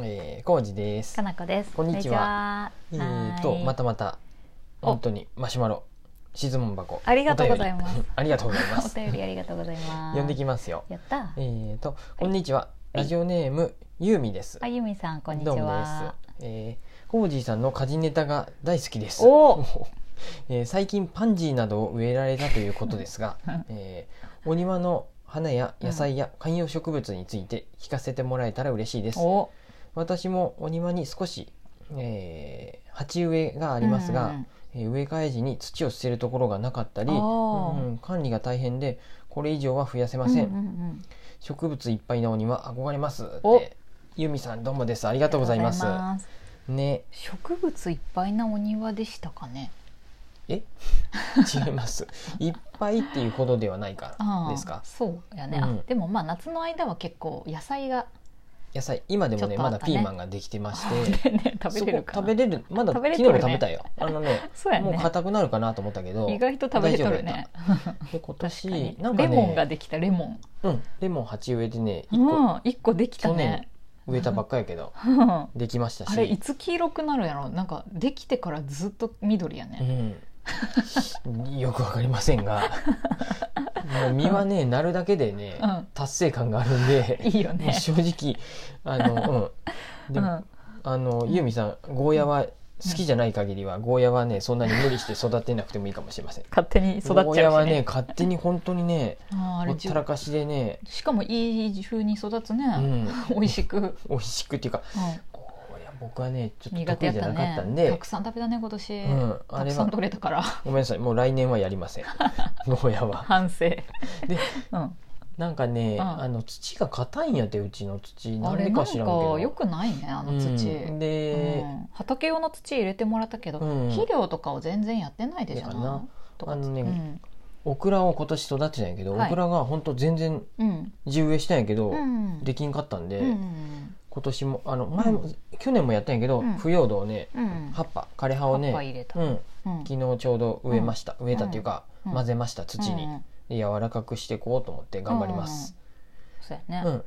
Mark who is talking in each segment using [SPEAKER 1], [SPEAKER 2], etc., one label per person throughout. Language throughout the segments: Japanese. [SPEAKER 1] えー、コウジです。
[SPEAKER 2] かなこです。
[SPEAKER 1] こんにちはえ
[SPEAKER 2] こんにちは
[SPEAKER 1] ーと
[SPEAKER 2] はーい
[SPEAKER 1] またまた
[SPEAKER 2] お
[SPEAKER 1] 本当にマシュマロ質問箱
[SPEAKER 2] ありがとうございます
[SPEAKER 1] お便りありがとうございま
[SPEAKER 2] お
[SPEAKER 1] す。
[SPEAKER 2] 便りありがとうございます。
[SPEAKER 1] 呼んできますよ。
[SPEAKER 2] やった
[SPEAKER 1] え。ー、とこんにちは、ラジオネームユーミです。
[SPEAKER 2] あゆみさんこんにち
[SPEAKER 1] どうも
[SPEAKER 2] は。
[SPEAKER 1] です。えー、コウジさんの家事ネタが大好きです。
[SPEAKER 2] お
[SPEAKER 1] えー最近パンジーなどを植えられたということです が、えーお庭の花や野菜や観葉植物について聞かせてもらえたら嬉しいです。
[SPEAKER 2] お
[SPEAKER 1] 私もお庭に少し、えー鉢植えがありますが、
[SPEAKER 2] うん
[SPEAKER 1] えー植え替え時に土を捨てるところがなかったり、
[SPEAKER 2] あ
[SPEAKER 1] う
[SPEAKER 2] ー
[SPEAKER 1] んうん管理が大変でこれ以上は増やせま
[SPEAKER 2] うんうん
[SPEAKER 1] せん、
[SPEAKER 2] うん
[SPEAKER 1] 植物いっぱいのお庭憧れますっ
[SPEAKER 2] お
[SPEAKER 1] て由美さんどうもですあり
[SPEAKER 2] あ
[SPEAKER 1] がとうございます
[SPEAKER 2] りがとうございます
[SPEAKER 1] ね
[SPEAKER 2] 植物いっぱいなお庭でしたかね。
[SPEAKER 1] え違いますいっぱいっていうほどではないか
[SPEAKER 2] あー
[SPEAKER 1] ですか
[SPEAKER 2] そうやね。
[SPEAKER 1] うん
[SPEAKER 2] あでもまあ夏の間は結構野菜が
[SPEAKER 1] 野菜今でもね
[SPEAKER 2] ちょっと
[SPEAKER 1] ま
[SPEAKER 2] あ
[SPEAKER 1] だ
[SPEAKER 2] った
[SPEAKER 1] ピ
[SPEAKER 2] ね
[SPEAKER 1] ーマンができてまして
[SPEAKER 2] ね食べれるか
[SPEAKER 1] そこ食
[SPEAKER 2] な
[SPEAKER 1] べ。れるまだ
[SPEAKER 2] 食べれ
[SPEAKER 1] 昨日
[SPEAKER 2] てる
[SPEAKER 1] も
[SPEAKER 2] ね
[SPEAKER 1] 食べたよあのね
[SPEAKER 2] そうやね
[SPEAKER 1] もう硬くなるかなと思ったけど
[SPEAKER 2] 意外と食べれとるね。
[SPEAKER 1] で今
[SPEAKER 2] 確か
[SPEAKER 1] 年
[SPEAKER 2] に
[SPEAKER 1] なんか
[SPEAKER 2] レ
[SPEAKER 1] ね
[SPEAKER 2] モンができたレモン。
[SPEAKER 1] うん、レモン鉢植えでね
[SPEAKER 2] う
[SPEAKER 1] 1個
[SPEAKER 2] ん一個できたね。
[SPEAKER 1] 植えたばっかやけど
[SPEAKER 2] うん
[SPEAKER 1] できましたし
[SPEAKER 2] あれいつ黄色くなるやろ。なんかできてからずっと緑やね。
[SPEAKER 1] うん、よくわかりません がもう実はねなるだけでね、
[SPEAKER 2] うん
[SPEAKER 1] 達成感があるんで、
[SPEAKER 2] いいよね。
[SPEAKER 1] 正直あの、うん、で
[SPEAKER 2] う
[SPEAKER 1] も、
[SPEAKER 2] ん
[SPEAKER 1] あのユーミさんゴーヤは好きじゃない限りはゴーヤはねそんなに無理して育てなくてもいいかもしれません。
[SPEAKER 2] 勝手に育っちゃうし、ね、
[SPEAKER 1] ゴーヤはね勝手に本当にね
[SPEAKER 2] あーあ
[SPEAKER 1] ほ
[SPEAKER 2] れ
[SPEAKER 1] ったらかしでね、
[SPEAKER 2] しかもいい風に育つね、
[SPEAKER 1] うん、
[SPEAKER 2] 美味しく、うん
[SPEAKER 1] 美味しくっていうかゴーヤ僕はねちょっと
[SPEAKER 2] 苦手
[SPEAKER 1] 得
[SPEAKER 2] や
[SPEAKER 1] 意じゃな
[SPEAKER 2] った
[SPEAKER 1] かったん
[SPEAKER 2] ね
[SPEAKER 1] で
[SPEAKER 2] たくさん食べたね今年、
[SPEAKER 1] うんあ
[SPEAKER 2] た
[SPEAKER 1] れ
[SPEAKER 2] くさん
[SPEAKER 1] は
[SPEAKER 2] 取れたから
[SPEAKER 1] ごめんなさいもう来年はやりま せんゴーヤは
[SPEAKER 2] 反省で、うん、
[SPEAKER 1] なんかね、
[SPEAKER 2] うん
[SPEAKER 1] あの土が硬いんやてうちの土な
[SPEAKER 2] あ
[SPEAKER 1] ん
[SPEAKER 2] れ
[SPEAKER 1] で
[SPEAKER 2] な
[SPEAKER 1] か
[SPEAKER 2] んか
[SPEAKER 1] 知らんけど
[SPEAKER 2] よくないねあの土、
[SPEAKER 1] うん
[SPEAKER 2] う
[SPEAKER 1] で、
[SPEAKER 2] ん畑用の土入れてもらったけど、
[SPEAKER 1] うん
[SPEAKER 2] 肥料とかを全然やってないでじゃない
[SPEAKER 1] だからな
[SPEAKER 2] とか
[SPEAKER 1] あのね
[SPEAKER 2] うん
[SPEAKER 1] オクラを今年育てたんやけど、
[SPEAKER 2] はい
[SPEAKER 1] オクラがほんと全然
[SPEAKER 2] うん
[SPEAKER 1] 地植えしたんやけど、
[SPEAKER 2] うん
[SPEAKER 1] できんかったんで、
[SPEAKER 2] うん
[SPEAKER 1] 今年もあの前も、去年もやったんやけど、
[SPEAKER 2] うん
[SPEAKER 1] 腐葉土をね
[SPEAKER 2] うん
[SPEAKER 1] 葉っぱ枯れ葉をね
[SPEAKER 2] 葉っぱ入れた
[SPEAKER 1] うん、
[SPEAKER 2] うん
[SPEAKER 1] 昨日ちょうど植えました、植えたっていうか、
[SPEAKER 2] うん
[SPEAKER 1] 混ぜました土に、
[SPEAKER 2] うん
[SPEAKER 1] で柔らかくしていこうと思って頑張ります、
[SPEAKER 2] そうやね、
[SPEAKER 1] うん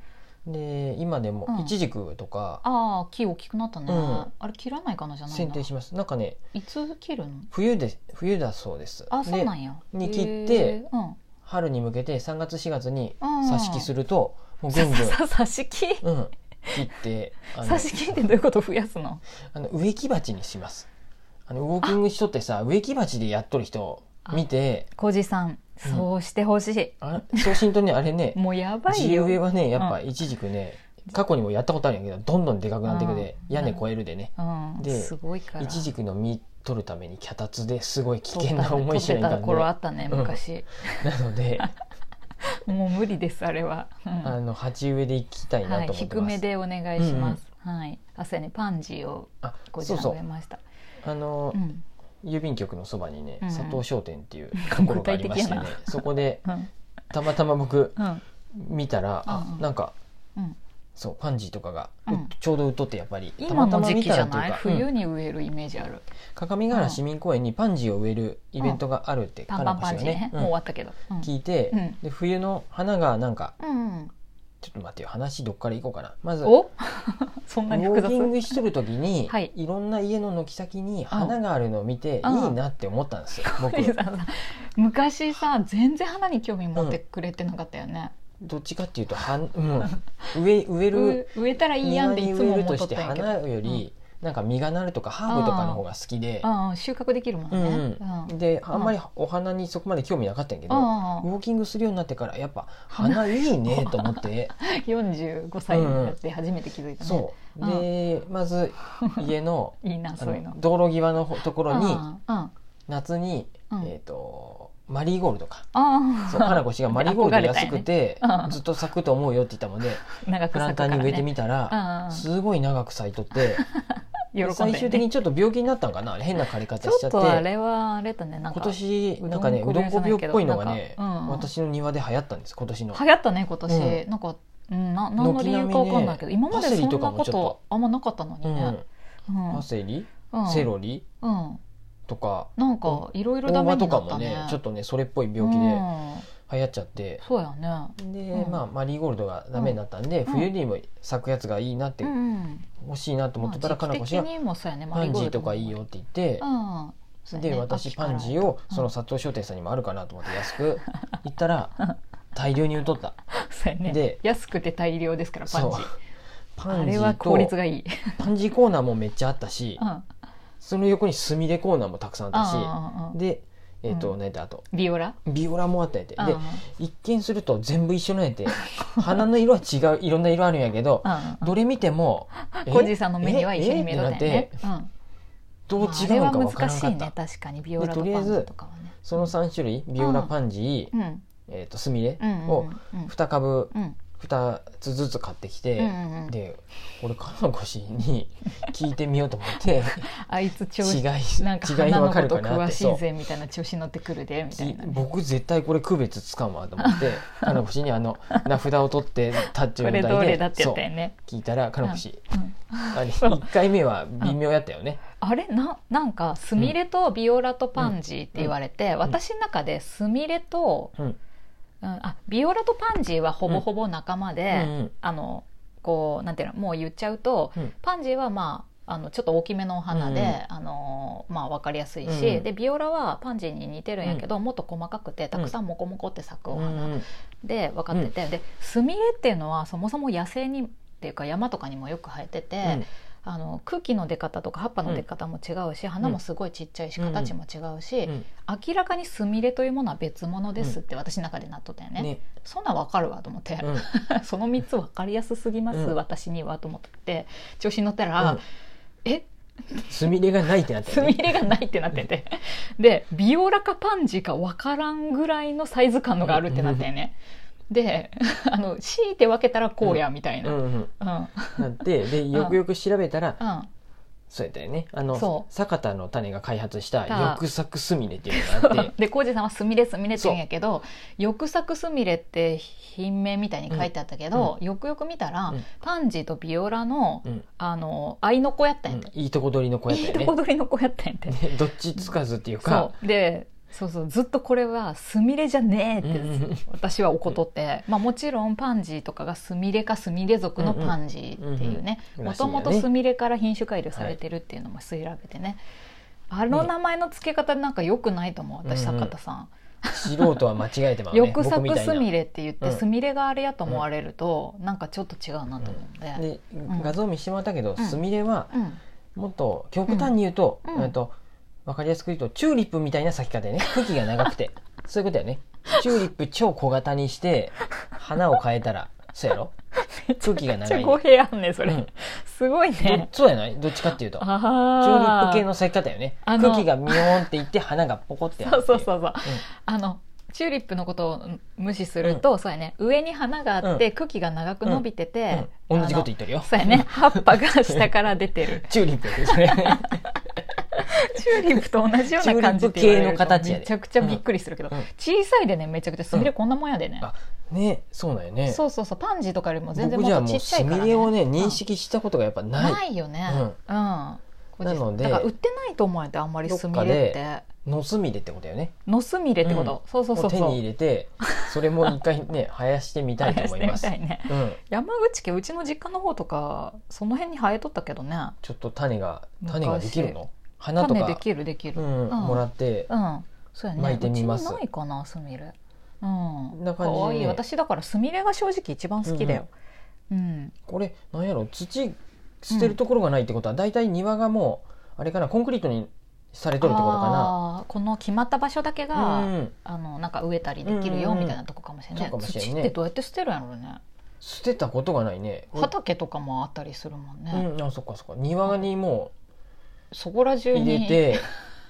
[SPEAKER 1] で今でも
[SPEAKER 2] うん
[SPEAKER 1] イチジクとか
[SPEAKER 2] ああ木大きくなったね、
[SPEAKER 1] うん
[SPEAKER 2] あれ切らないかなじゃない
[SPEAKER 1] 剪
[SPEAKER 2] んだ
[SPEAKER 1] 定します、なんかね
[SPEAKER 2] いつ切るの
[SPEAKER 1] 冬で冬だそうです
[SPEAKER 2] あそう
[SPEAKER 1] で
[SPEAKER 2] なんや
[SPEAKER 1] に切って
[SPEAKER 2] へーうん
[SPEAKER 1] 春に向けて3月4月に
[SPEAKER 2] うん
[SPEAKER 1] 挿し木するともうぐんぐん、
[SPEAKER 2] ささ刺し木
[SPEAKER 1] うん、切ってあの
[SPEAKER 2] 刺し木ってどういうこと増やすの
[SPEAKER 1] あの植木鉢にしますあのウォーキングしとってさ植木鉢でやっとる人見て
[SPEAKER 2] 小じさん
[SPEAKER 1] うん
[SPEAKER 2] そうしてほしい、
[SPEAKER 1] あそうしんとねあれね
[SPEAKER 2] もうやばい
[SPEAKER 1] 地
[SPEAKER 2] よ
[SPEAKER 1] 植えはねやっぱ
[SPEAKER 2] う
[SPEAKER 1] イチジクね過去にもやったことあるんやけどどんどんでかくなってくで
[SPEAKER 2] うん
[SPEAKER 1] 屋根越えるでね
[SPEAKER 2] うん
[SPEAKER 1] です
[SPEAKER 2] ごいから
[SPEAKER 1] イチジクの実取るために脚立ですごい危
[SPEAKER 2] 取った
[SPEAKER 1] 険な思いしないか
[SPEAKER 2] 取
[SPEAKER 1] ん
[SPEAKER 2] ってた
[SPEAKER 1] で
[SPEAKER 2] 頃あったね
[SPEAKER 1] うん
[SPEAKER 2] 昔、
[SPEAKER 1] なの で
[SPEAKER 2] もう無理ですあれは、うん
[SPEAKER 1] あの鉢植えでいきたい
[SPEAKER 2] は
[SPEAKER 1] ないと思って
[SPEAKER 2] 低
[SPEAKER 1] ま
[SPEAKER 2] め
[SPEAKER 1] す。
[SPEAKER 2] でお願いします、はいあそうやねパンジーを
[SPEAKER 1] あ
[SPEAKER 2] 小
[SPEAKER 1] そ
[SPEAKER 2] じ
[SPEAKER 1] う
[SPEAKER 2] さ
[SPEAKER 1] そ
[SPEAKER 2] ん植え
[SPEAKER 1] う
[SPEAKER 2] ました
[SPEAKER 1] あの
[SPEAKER 2] うん
[SPEAKER 1] 郵便局のそばにね、
[SPEAKER 2] うんうん
[SPEAKER 1] 佐藤商店っていうところがありましてね
[SPEAKER 2] 具体的や
[SPEAKER 1] そこで
[SPEAKER 2] うん
[SPEAKER 1] たまたま僕
[SPEAKER 2] うん
[SPEAKER 1] 見たら、
[SPEAKER 2] うんう
[SPEAKER 1] あ
[SPEAKER 2] ん
[SPEAKER 1] なんか
[SPEAKER 2] うん
[SPEAKER 1] そうパンジーとかが、う
[SPEAKER 2] うん
[SPEAKER 1] ちょうど売っとってやっぱりた
[SPEAKER 2] 今
[SPEAKER 1] また
[SPEAKER 2] の
[SPEAKER 1] ま
[SPEAKER 2] 時
[SPEAKER 1] 見
[SPEAKER 2] 期
[SPEAKER 1] た
[SPEAKER 2] じ
[SPEAKER 1] ら
[SPEAKER 2] ゃ
[SPEAKER 1] と
[SPEAKER 2] ないいう
[SPEAKER 1] か、
[SPEAKER 2] 冬
[SPEAKER 1] うん
[SPEAKER 2] に植えるイメージある、
[SPEAKER 1] 各務原市民公園にパンジーを植えるイベントがあるって
[SPEAKER 2] パン
[SPEAKER 1] か
[SPEAKER 2] パ
[SPEAKER 1] な
[SPEAKER 2] ン
[SPEAKER 1] こ
[SPEAKER 2] パ
[SPEAKER 1] 氏
[SPEAKER 2] ン
[SPEAKER 1] が
[SPEAKER 2] ジーね
[SPEAKER 1] ね、、うん
[SPEAKER 2] もう終わったけど、うん
[SPEAKER 1] 聞いて、
[SPEAKER 2] うん
[SPEAKER 1] で冬の花がなんか
[SPEAKER 2] うん、
[SPEAKER 1] ちょっと待ってよ話どっから行こうかなまずウ
[SPEAKER 2] お そんなに
[SPEAKER 1] ォー
[SPEAKER 2] 複
[SPEAKER 1] キン
[SPEAKER 2] 雑
[SPEAKER 1] グしてる時に、
[SPEAKER 2] はい
[SPEAKER 1] い、ろんな家の軒先に花があるのを見て、
[SPEAKER 2] うん
[SPEAKER 1] いいなって思ったんですよ、僕
[SPEAKER 2] 昔さ全然花に興味持ってくれてなかったよね、
[SPEAKER 1] どっちかっていうとはん、 うん、植え植える
[SPEAKER 2] う植えたらいいやんっていつも
[SPEAKER 1] 庭に植える
[SPEAKER 2] 思
[SPEAKER 1] と
[SPEAKER 2] っと
[SPEAKER 1] し
[SPEAKER 2] ってたんやけど
[SPEAKER 1] 花よりなんか実がなるとかハーブとかの方が好きで、
[SPEAKER 2] うんうん収穫できるもんね、
[SPEAKER 1] う
[SPEAKER 2] うんん
[SPEAKER 1] うん、であんまりお花にそこまで興味なかったんやけど、ウォーキングするようになってからやっぱ花いいねと思って
[SPEAKER 2] 45歳になって初めて気づいたね、
[SPEAKER 1] そうでまず家 の
[SPEAKER 2] いいな
[SPEAKER 1] あ
[SPEAKER 2] そういうの
[SPEAKER 1] の道路際のほところに
[SPEAKER 2] ああ
[SPEAKER 1] 夏に、
[SPEAKER 2] うん
[SPEAKER 1] えー、とマリーゴールドか。
[SPEAKER 2] あ
[SPEAKER 1] そう花子氏がマリーゴールド安くて、
[SPEAKER 2] 憧れたよねうん
[SPEAKER 1] ずっと咲くと思うよって言ったので、
[SPEAKER 2] 長く
[SPEAKER 1] プラ
[SPEAKER 2] 咲
[SPEAKER 1] ンタ
[SPEAKER 2] くか
[SPEAKER 1] ー
[SPEAKER 2] ら、
[SPEAKER 1] に
[SPEAKER 2] ね、
[SPEAKER 1] 植えてみたら、
[SPEAKER 2] ああ
[SPEAKER 1] すごい長く咲いとって
[SPEAKER 2] 喜んで、
[SPEAKER 1] 最終的にちょっと病気になったんかなあれ変な枯れ
[SPEAKER 2] ち
[SPEAKER 1] 方しちゃ
[SPEAKER 2] ょ
[SPEAKER 1] っ
[SPEAKER 2] っとあ
[SPEAKER 1] て
[SPEAKER 2] れはあれだねなんか
[SPEAKER 1] 今年なんかねうど
[SPEAKER 2] うど
[SPEAKER 1] ん
[SPEAKER 2] ん
[SPEAKER 1] こ
[SPEAKER 2] こ
[SPEAKER 1] 病
[SPEAKER 2] 病
[SPEAKER 1] っぽいのがね、
[SPEAKER 2] なんかうん
[SPEAKER 1] 私の庭で流行ったんです今年の
[SPEAKER 2] 流行ったね今年、
[SPEAKER 1] う
[SPEAKER 2] なんかうんな何の理由かわかんないけど、
[SPEAKER 1] 軒並みね
[SPEAKER 2] 今までそん
[SPEAKER 1] パセリと
[SPEAKER 2] な
[SPEAKER 1] か
[SPEAKER 2] こ
[SPEAKER 1] もちょっと
[SPEAKER 2] とあんまなかったのに
[SPEAKER 1] う
[SPEAKER 2] ね
[SPEAKER 1] ん、
[SPEAKER 2] うん
[SPEAKER 1] パセリ、
[SPEAKER 2] うん
[SPEAKER 1] セロリ
[SPEAKER 2] うん
[SPEAKER 1] とか
[SPEAKER 2] なんかいろいろ
[SPEAKER 1] 大
[SPEAKER 2] ダメ
[SPEAKER 1] 葉
[SPEAKER 2] にな
[SPEAKER 1] と
[SPEAKER 2] っ
[SPEAKER 1] かも
[SPEAKER 2] たね
[SPEAKER 1] ねちょっとねそれっぽい
[SPEAKER 2] うん
[SPEAKER 1] 病気で、流行っちゃって
[SPEAKER 2] そうやね
[SPEAKER 1] で、
[SPEAKER 2] うん
[SPEAKER 1] まあ、マリーゴールドがダメになったんで、
[SPEAKER 2] うん
[SPEAKER 1] 冬にも咲くやつがいいなって、
[SPEAKER 2] うん
[SPEAKER 1] 欲しいなと思ってたら、
[SPEAKER 2] まあ
[SPEAKER 1] かな
[SPEAKER 2] 時
[SPEAKER 1] こ
[SPEAKER 2] 期
[SPEAKER 1] 氏が
[SPEAKER 2] 的にもそうやね
[SPEAKER 1] パンジーとかいい
[SPEAKER 2] よ
[SPEAKER 1] よって言って
[SPEAKER 2] う、んそうや
[SPEAKER 1] で
[SPEAKER 2] ね
[SPEAKER 1] 私
[SPEAKER 2] 秋から
[SPEAKER 1] パンジーを
[SPEAKER 2] うん
[SPEAKER 1] その佐藤商店さんにもあるかなと思って安く行ったら大量に売っとった
[SPEAKER 2] そうやね
[SPEAKER 1] で
[SPEAKER 2] 安くて大量ですからパンジ
[SPEAKER 1] そう
[SPEAKER 2] ー
[SPEAKER 1] パ
[SPEAKER 2] あ
[SPEAKER 1] ンジ
[SPEAKER 2] れ
[SPEAKER 1] ー
[SPEAKER 2] は効率
[SPEAKER 1] と
[SPEAKER 2] がいい、
[SPEAKER 1] パンジーコーナーもめっちゃあったし
[SPEAKER 2] うん、あ
[SPEAKER 1] その横にスミレコーナーもたくさんあっ
[SPEAKER 2] あ
[SPEAKER 1] たしでえっと
[SPEAKER 2] うん
[SPEAKER 1] 何やったあと
[SPEAKER 2] ビオラ
[SPEAKER 1] ビオラもあったんやて
[SPEAKER 2] うん
[SPEAKER 1] で一見すると全部一緒なんやて花の色は違ういろんな色あるんやけど
[SPEAKER 2] うん
[SPEAKER 1] どれ見てもえ
[SPEAKER 2] コジさんの目には一緒に
[SPEAKER 1] え
[SPEAKER 2] 見えとったん
[SPEAKER 1] え
[SPEAKER 2] や
[SPEAKER 1] っ
[SPEAKER 2] ね
[SPEAKER 1] てなって
[SPEAKER 2] う
[SPEAKER 1] ど
[SPEAKER 2] ん
[SPEAKER 1] う違
[SPEAKER 2] ま
[SPEAKER 1] う
[SPEAKER 2] あ
[SPEAKER 1] の
[SPEAKER 2] あ
[SPEAKER 1] かわから
[SPEAKER 2] れは難
[SPEAKER 1] ん
[SPEAKER 2] し
[SPEAKER 1] か
[SPEAKER 2] い
[SPEAKER 1] っ
[SPEAKER 2] ね
[SPEAKER 1] た
[SPEAKER 2] 確かにビオラと
[SPEAKER 1] でとりあえ
[SPEAKER 2] パン
[SPEAKER 1] ず
[SPEAKER 2] ジーとかはね
[SPEAKER 1] その3種類ビオラパンジ
[SPEAKER 2] う
[SPEAKER 1] ー
[SPEAKER 2] んうん
[SPEAKER 1] えっとスミレ
[SPEAKER 2] うんうん
[SPEAKER 1] を
[SPEAKER 2] うん
[SPEAKER 1] 2株
[SPEAKER 2] うん
[SPEAKER 1] 2つずつ買ってき
[SPEAKER 2] うんう
[SPEAKER 1] て
[SPEAKER 2] んうん
[SPEAKER 1] で俺かなこ氏に聞いてみようと思って
[SPEAKER 2] あいつ 調
[SPEAKER 1] 違
[SPEAKER 2] 子
[SPEAKER 1] い違い
[SPEAKER 2] なんか
[SPEAKER 1] い
[SPEAKER 2] 花
[SPEAKER 1] わ
[SPEAKER 2] の
[SPEAKER 1] か
[SPEAKER 2] こ
[SPEAKER 1] る
[SPEAKER 2] と
[SPEAKER 1] かなっ
[SPEAKER 2] 詳
[SPEAKER 1] て
[SPEAKER 2] し
[SPEAKER 1] そ
[SPEAKER 2] いうぜみたいな調子乗ってくるでみたいなね
[SPEAKER 1] 僕絶対これ区別つかんわと思って かなこ氏にあの名札を取ってタッチ
[SPEAKER 2] こ
[SPEAKER 1] を
[SPEAKER 2] れどれだってや
[SPEAKER 1] そ
[SPEAKER 2] ったよ
[SPEAKER 1] う
[SPEAKER 2] ね
[SPEAKER 1] 聞いたらかなこ氏
[SPEAKER 2] うん
[SPEAKER 1] あれ
[SPEAKER 2] そう
[SPEAKER 1] 1回目は微妙やったよね
[SPEAKER 2] あれななんかスミレとビオラとパンジーって言われて、私の中でスミレと、
[SPEAKER 1] うん
[SPEAKER 2] うんあビオラとパンジーはほぼほぼ仲間
[SPEAKER 1] う
[SPEAKER 2] で、
[SPEAKER 1] ん
[SPEAKER 2] あのこうなんていうのもう言っちゃうと、
[SPEAKER 1] うん
[SPEAKER 2] パンジーはまああのちょっと大きめのお花で、
[SPEAKER 1] うん
[SPEAKER 2] あのまあ、分かりやすいし、
[SPEAKER 1] うん
[SPEAKER 2] でビオラはパンジーに似てるんやけど、もっと細かくてたくさんモコモコって咲く
[SPEAKER 1] う
[SPEAKER 2] お
[SPEAKER 1] ん
[SPEAKER 2] 花
[SPEAKER 1] うん
[SPEAKER 2] で分かってて、でスミレっていうのはそもそも野生にっていうか山とかにもよく生えてて、
[SPEAKER 1] うん
[SPEAKER 2] あの空気の出方とか葉っぱの出方も違うし、花もすごいちっちゃいし、
[SPEAKER 1] うん
[SPEAKER 2] 形も違うし、
[SPEAKER 1] うん
[SPEAKER 2] 明らかにスミレというものは別物ですって私の中でなっとったよね。
[SPEAKER 1] ね
[SPEAKER 2] そんなん分かるわと思って、
[SPEAKER 1] うん
[SPEAKER 2] その3つ分かりやすすぎます、
[SPEAKER 1] うん
[SPEAKER 2] 私にはと思って調子に乗ったら、
[SPEAKER 1] うん
[SPEAKER 2] え
[SPEAKER 1] すみれがないってなった
[SPEAKER 2] ス
[SPEAKER 1] よ
[SPEAKER 2] ミ
[SPEAKER 1] ね
[SPEAKER 2] レがないってなっ ててでビオラかパンジーか分からんぐらいのサイズ感のがあるってなったよね。で あの強いて分けたらこうやみたいうな。うん
[SPEAKER 1] んうん
[SPEAKER 2] うん
[SPEAKER 1] なってでよくよく調べたらそうやったよねあの
[SPEAKER 2] そ
[SPEAKER 1] 坂田の種が開発した
[SPEAKER 2] た
[SPEAKER 1] 翼作すみれっていうの があ って
[SPEAKER 2] で浩二さんは「すみれすみれ」って言うんやけど「翼作すみれ」って品名みたいに書いてあったけど、よくよく見たら、
[SPEAKER 1] うん
[SPEAKER 2] パンジーとビオラの
[SPEAKER 1] うん
[SPEAKER 2] あの愛の子やったんやて、
[SPEAKER 1] うんいいとこ取りの子やった
[SPEAKER 2] いい
[SPEAKER 1] よね
[SPEAKER 2] とこ取りの子やったんやて、
[SPEAKER 1] ね どっちつかずっていうか
[SPEAKER 2] そうでそうそうずっとこれは「すみれじゃねえ」って、
[SPEAKER 1] うんうん
[SPEAKER 2] 私は怒っとって、まあ、もちろんパンジーとかがすみれかすみれ族のパンジーっていうね
[SPEAKER 1] うんうんうんうんら
[SPEAKER 2] も
[SPEAKER 1] しい
[SPEAKER 2] と
[SPEAKER 1] よね
[SPEAKER 2] もとすみれから品種改良されてるっていうのも調べてね、あの名前の付け方なんか良くないと思う私
[SPEAKER 1] うんうん
[SPEAKER 2] 坂田さん。
[SPEAKER 1] 素人は間違えてまうね
[SPEAKER 2] 翼
[SPEAKER 1] 僕み
[SPEAKER 2] 作
[SPEAKER 1] たい
[SPEAKER 2] す
[SPEAKER 1] な
[SPEAKER 2] みれって言って、
[SPEAKER 1] うん
[SPEAKER 2] すみれがあれやと思われると、なんかちょっと違うなと思うんで、
[SPEAKER 1] で
[SPEAKER 2] ん
[SPEAKER 1] 画像見してもらったけど
[SPEAKER 2] うん
[SPEAKER 1] すみれは
[SPEAKER 2] うん
[SPEAKER 1] もっと極端に言うと,、
[SPEAKER 2] うん
[SPEAKER 1] えっと分かりやすく言うとチューリップみたいな咲き方やね茎が長く てそういうことやねチューリップ超小型にして花を変えたらそうやろ茎が
[SPEAKER 2] めっち
[SPEAKER 1] 長
[SPEAKER 2] ゃ
[SPEAKER 1] い、
[SPEAKER 2] 語弊あんねそれ、
[SPEAKER 1] うん
[SPEAKER 2] すごい
[SPEAKER 1] ど
[SPEAKER 2] ね
[SPEAKER 1] そうやないどっちかっていうとチューリッ
[SPEAKER 2] あ
[SPEAKER 1] プ
[SPEAKER 2] ー
[SPEAKER 1] 系の咲き方よね
[SPEAKER 2] あの
[SPEAKER 1] 茎がミヨーンっていって花がポコってあ
[SPEAKER 2] そ
[SPEAKER 1] っ
[SPEAKER 2] う
[SPEAKER 1] て
[SPEAKER 2] そうそうそう、あのチューリップのことを無視すると、そうやね上に花があって、茎が長く伸びてて、
[SPEAKER 1] うん同じこと
[SPEAKER 2] あの
[SPEAKER 1] 言ってるよ
[SPEAKER 2] そうやね葉っぱが下から出て る
[SPEAKER 1] チューリップやけどね
[SPEAKER 2] チューリップと同じような感じって言わ
[SPEAKER 1] チューリップ系
[SPEAKER 2] れる
[SPEAKER 1] の形
[SPEAKER 2] と
[SPEAKER 1] やで
[SPEAKER 2] めちゃくちゃびっくりするけど、
[SPEAKER 1] うんうん
[SPEAKER 2] 小さいでねめちゃくちゃすみれこんなもんやでね、
[SPEAKER 1] あねそうなんよね
[SPEAKER 2] そうそうそうパンジーとかよりも全然
[SPEAKER 1] 僕
[SPEAKER 2] もっ
[SPEAKER 1] じゃあ
[SPEAKER 2] と
[SPEAKER 1] も
[SPEAKER 2] ち
[SPEAKER 1] う
[SPEAKER 2] っちゃ
[SPEAKER 1] す
[SPEAKER 2] いか
[SPEAKER 1] み
[SPEAKER 2] ら、
[SPEAKER 1] れをね
[SPEAKER 2] うん
[SPEAKER 1] 認識したことがやっぱない、
[SPEAKER 2] ないよね
[SPEAKER 1] うん
[SPEAKER 2] うん、な
[SPEAKER 1] なので
[SPEAKER 2] だから売ってないと思われてあんまりスミレっ
[SPEAKER 1] どってのすみれってことよね
[SPEAKER 2] のすみれってこと、そうそうそうそう
[SPEAKER 1] を手に入れてそれも一回ね 生やしてみたいと思います
[SPEAKER 2] あれしてみたいね
[SPEAKER 1] うん、
[SPEAKER 2] 山口家うちの実家の方とかその辺に生えとったけどね
[SPEAKER 1] ちょっと種が種ができるの花と
[SPEAKER 2] 種
[SPEAKER 1] か
[SPEAKER 2] できるできる
[SPEAKER 1] う
[SPEAKER 2] うんん、
[SPEAKER 1] もらって、
[SPEAKER 2] そうやね
[SPEAKER 1] 巻いてみます
[SPEAKER 2] うちにないかなすみれうん
[SPEAKER 1] な
[SPEAKER 2] か
[SPEAKER 1] 感じでね
[SPEAKER 2] わいい私だからすみれが正直一番好きだようん、
[SPEAKER 1] これなんやろ土捨てるところがないってことは大体庭がもうあれかなコンクリートにされとるところか
[SPEAKER 2] あーこの決まった場所だけ
[SPEAKER 1] な
[SPEAKER 2] が、
[SPEAKER 1] うん
[SPEAKER 2] あのなんか植えたりできる
[SPEAKER 1] うん
[SPEAKER 2] よ
[SPEAKER 1] うんうん
[SPEAKER 2] みたいなとこかもしれない,、
[SPEAKER 1] そうかもしれんね
[SPEAKER 2] 土ってどうやって捨てるんやろうね
[SPEAKER 1] 捨てたことがないね
[SPEAKER 2] 畑とかもあったりするもんね、
[SPEAKER 1] うん、あそっかそっか庭にも
[SPEAKER 2] そこら中
[SPEAKER 1] う
[SPEAKER 2] に
[SPEAKER 1] 入れて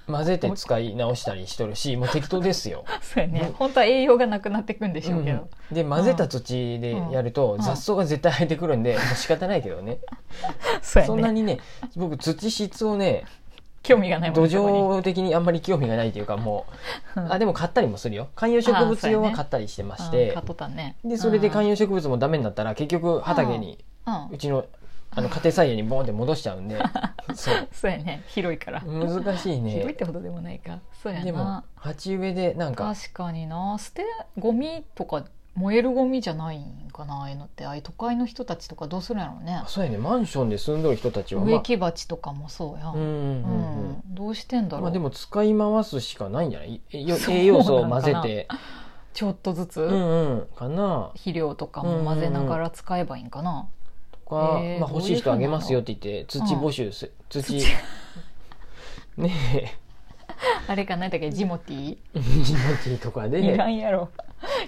[SPEAKER 1] 混ぜて使い直したりしとるしもう適当ですよ
[SPEAKER 2] そうやね、
[SPEAKER 1] うん
[SPEAKER 2] 本当は栄養がなくなってくんでしょうけど、
[SPEAKER 1] うんで混ぜた土でやると
[SPEAKER 2] うん
[SPEAKER 1] 雑草が絶対生えてくるん で、もう仕方ないけどね
[SPEAKER 2] そう
[SPEAKER 1] そん
[SPEAKER 2] や
[SPEAKER 1] な
[SPEAKER 2] ね
[SPEAKER 1] にね僕土質をね
[SPEAKER 2] 興味がない
[SPEAKER 1] 土
[SPEAKER 2] んそこに
[SPEAKER 1] 壌的にあんまり興味がないというかもう
[SPEAKER 2] うん
[SPEAKER 1] あでも買ったりもするよ観葉植
[SPEAKER 2] あ
[SPEAKER 1] 物
[SPEAKER 2] そうや
[SPEAKER 1] 用
[SPEAKER 2] ね
[SPEAKER 1] は買ったりしてまし
[SPEAKER 2] うん
[SPEAKER 1] て
[SPEAKER 2] 買っとったね
[SPEAKER 1] でそれで
[SPEAKER 2] うん
[SPEAKER 1] 観葉植物もダメになったら結局畑に
[SPEAKER 2] うん
[SPEAKER 1] うちのあの家庭菜園にボーンって戻しちゃ うんでそう
[SPEAKER 2] そうやね広いから、
[SPEAKER 1] 難しい
[SPEAKER 2] 広いっ
[SPEAKER 1] ね
[SPEAKER 2] てほどでもないかそうや
[SPEAKER 1] でも
[SPEAKER 2] な
[SPEAKER 1] 鉢植えでなんか
[SPEAKER 2] 確かにな捨てゴミとか燃えるゴミじゃないんかなああいうのってああいう都会の人たちとかどうするんやろうね
[SPEAKER 1] あそうやねマンションで住んどる人たちはま
[SPEAKER 2] 植
[SPEAKER 1] あ
[SPEAKER 2] 木鉢とかもそうやん、
[SPEAKER 1] うんう
[SPEAKER 2] うん
[SPEAKER 1] んうんうん
[SPEAKER 2] どうしてんだろう、
[SPEAKER 1] まあでも使い回すしかないんじゃないえよ
[SPEAKER 2] そう
[SPEAKER 1] 栄養素を混ぜて
[SPEAKER 2] ちょっとずつ、
[SPEAKER 1] うんうんかな
[SPEAKER 2] 肥料とかも混ぜながら使えばいいんかな、
[SPEAKER 1] とか、
[SPEAKER 2] えー
[SPEAKER 1] まあ、
[SPEAKER 2] どういう
[SPEAKER 1] 欲しい人あげますよって言って土
[SPEAKER 2] うなの
[SPEAKER 1] 募集す、土
[SPEAKER 2] 土
[SPEAKER 1] ね
[SPEAKER 2] あれかなんだっけジモティ
[SPEAKER 1] え地持ちとか
[SPEAKER 2] いら
[SPEAKER 1] で
[SPEAKER 2] んやろ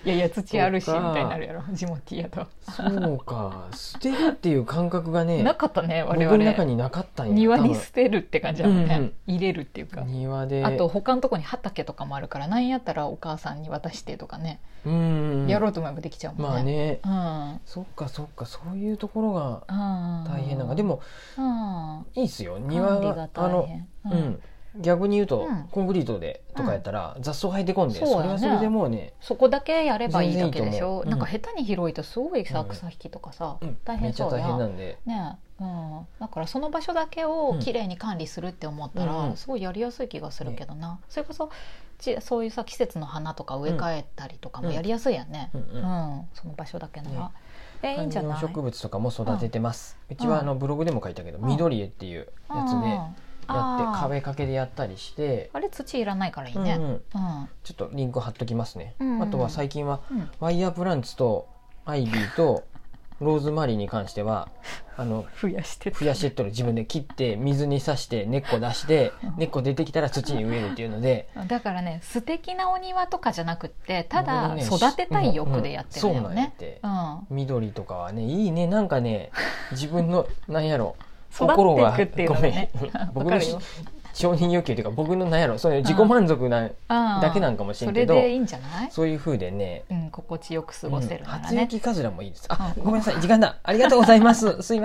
[SPEAKER 2] いやいや土あるし
[SPEAKER 1] そ
[SPEAKER 2] み
[SPEAKER 1] うか
[SPEAKER 2] たいになるやろジモティーやと、
[SPEAKER 1] そうか捨てるっていう感覚がね
[SPEAKER 2] なかったね我
[SPEAKER 1] 僕の中
[SPEAKER 2] 々
[SPEAKER 1] になかったんや
[SPEAKER 2] 庭に
[SPEAKER 1] 多分
[SPEAKER 2] 捨てるって感じだもんね、
[SPEAKER 1] うんうん
[SPEAKER 2] 入れるっていうか
[SPEAKER 1] 庭で
[SPEAKER 2] あと他のとこに畑とかもあるからなんやったらお母さんに渡してとかね、
[SPEAKER 1] うんうん
[SPEAKER 2] やろうと思えばできちゃうも
[SPEAKER 1] まあ
[SPEAKER 2] んね,、
[SPEAKER 1] ね
[SPEAKER 2] まあ、ね
[SPEAKER 1] そっかそっかそういうところが
[SPEAKER 2] うん
[SPEAKER 1] 大変なんかで、も
[SPEAKER 2] うん、
[SPEAKER 1] いいっすよ庭が
[SPEAKER 2] 庭が
[SPEAKER 1] あ
[SPEAKER 2] 大
[SPEAKER 1] の
[SPEAKER 2] 変
[SPEAKER 1] う、ん、逆に言うと、
[SPEAKER 2] うん
[SPEAKER 1] コンクリートでとかやったら雑草生えてこんで、
[SPEAKER 2] そう
[SPEAKER 1] そ
[SPEAKER 2] や
[SPEAKER 1] れ
[SPEAKER 2] ね
[SPEAKER 1] はそれでもうね
[SPEAKER 2] そこだけやればいいだけ
[SPEAKER 1] 全
[SPEAKER 2] でしょ
[SPEAKER 1] 然いいと思ううん
[SPEAKER 2] なんか下手に広いとすごいさ
[SPEAKER 1] うん
[SPEAKER 2] 草引きとかさ、
[SPEAKER 1] うん
[SPEAKER 2] 大
[SPEAKER 1] め
[SPEAKER 2] 変
[SPEAKER 1] っちゃ
[SPEAKER 2] そう
[SPEAKER 1] 大
[SPEAKER 2] や
[SPEAKER 1] 変なんで
[SPEAKER 2] ねうん、だからその場所だけをきれいに管理するって思ったら、
[SPEAKER 1] うんうん
[SPEAKER 2] すごいやりやすい気がするけどな、それこそちそういうさ季節の花とか植え替えたりとかもやりやすいやんね、
[SPEAKER 1] うん
[SPEAKER 2] う
[SPEAKER 1] うんん
[SPEAKER 2] その場所だけな
[SPEAKER 1] ね
[SPEAKER 2] ら、えいいんじゃない
[SPEAKER 1] 観葉植物とかも育ててます、うちはあのブログでも書いたけど、
[SPEAKER 2] うん
[SPEAKER 1] 緑絵っていうやつ
[SPEAKER 2] うん
[SPEAKER 1] で
[SPEAKER 2] うん
[SPEAKER 1] やって、
[SPEAKER 2] あー
[SPEAKER 1] 壁掛けでやったりして、
[SPEAKER 2] あれ土いらないからいい
[SPEAKER 1] うん
[SPEAKER 2] ね、
[SPEAKER 1] うん
[SPEAKER 2] うん
[SPEAKER 1] ちょっとリンク貼っときますね、
[SPEAKER 2] うんうん
[SPEAKER 1] あとは最近は
[SPEAKER 2] うん
[SPEAKER 1] ワイヤープランツとアイビーとローズマリーに関してはあの
[SPEAKER 2] 増やして
[SPEAKER 1] 増やしてっとる自分で切って水に刺して根っこ出して根っこ出てきたら土に植えるっていうので
[SPEAKER 2] だからね素敵なお庭とかじゃなくってた
[SPEAKER 1] なる
[SPEAKER 2] だ
[SPEAKER 1] ほどね
[SPEAKER 2] 育てたい欲でやってるんだよ
[SPEAKER 1] うんうんそうなんやっ
[SPEAKER 2] ね
[SPEAKER 1] て、
[SPEAKER 2] うん
[SPEAKER 1] 緑とかはねいいねなんか ね自分のなんやろ心
[SPEAKER 2] 育っ
[SPEAKER 1] が
[SPEAKER 2] ていくっていうのがね
[SPEAKER 1] ごめん
[SPEAKER 2] わ
[SPEAKER 1] 僕の
[SPEAKER 2] かる
[SPEAKER 1] し
[SPEAKER 2] よ
[SPEAKER 1] 承認欲求というか僕のなんやろそういう自己満足なだ
[SPEAKER 2] だ
[SPEAKER 1] けなんかもしれんけど
[SPEAKER 2] それでいいんじゃない
[SPEAKER 1] そういう風でね
[SPEAKER 2] うん、心地よく過ごせ
[SPEAKER 1] う
[SPEAKER 2] る
[SPEAKER 1] ん
[SPEAKER 2] なら
[SPEAKER 1] 初
[SPEAKER 2] ね。
[SPEAKER 1] 雪かずらもいいですあ
[SPEAKER 2] うん
[SPEAKER 1] ごめんなさい時間だありがとうございますすいません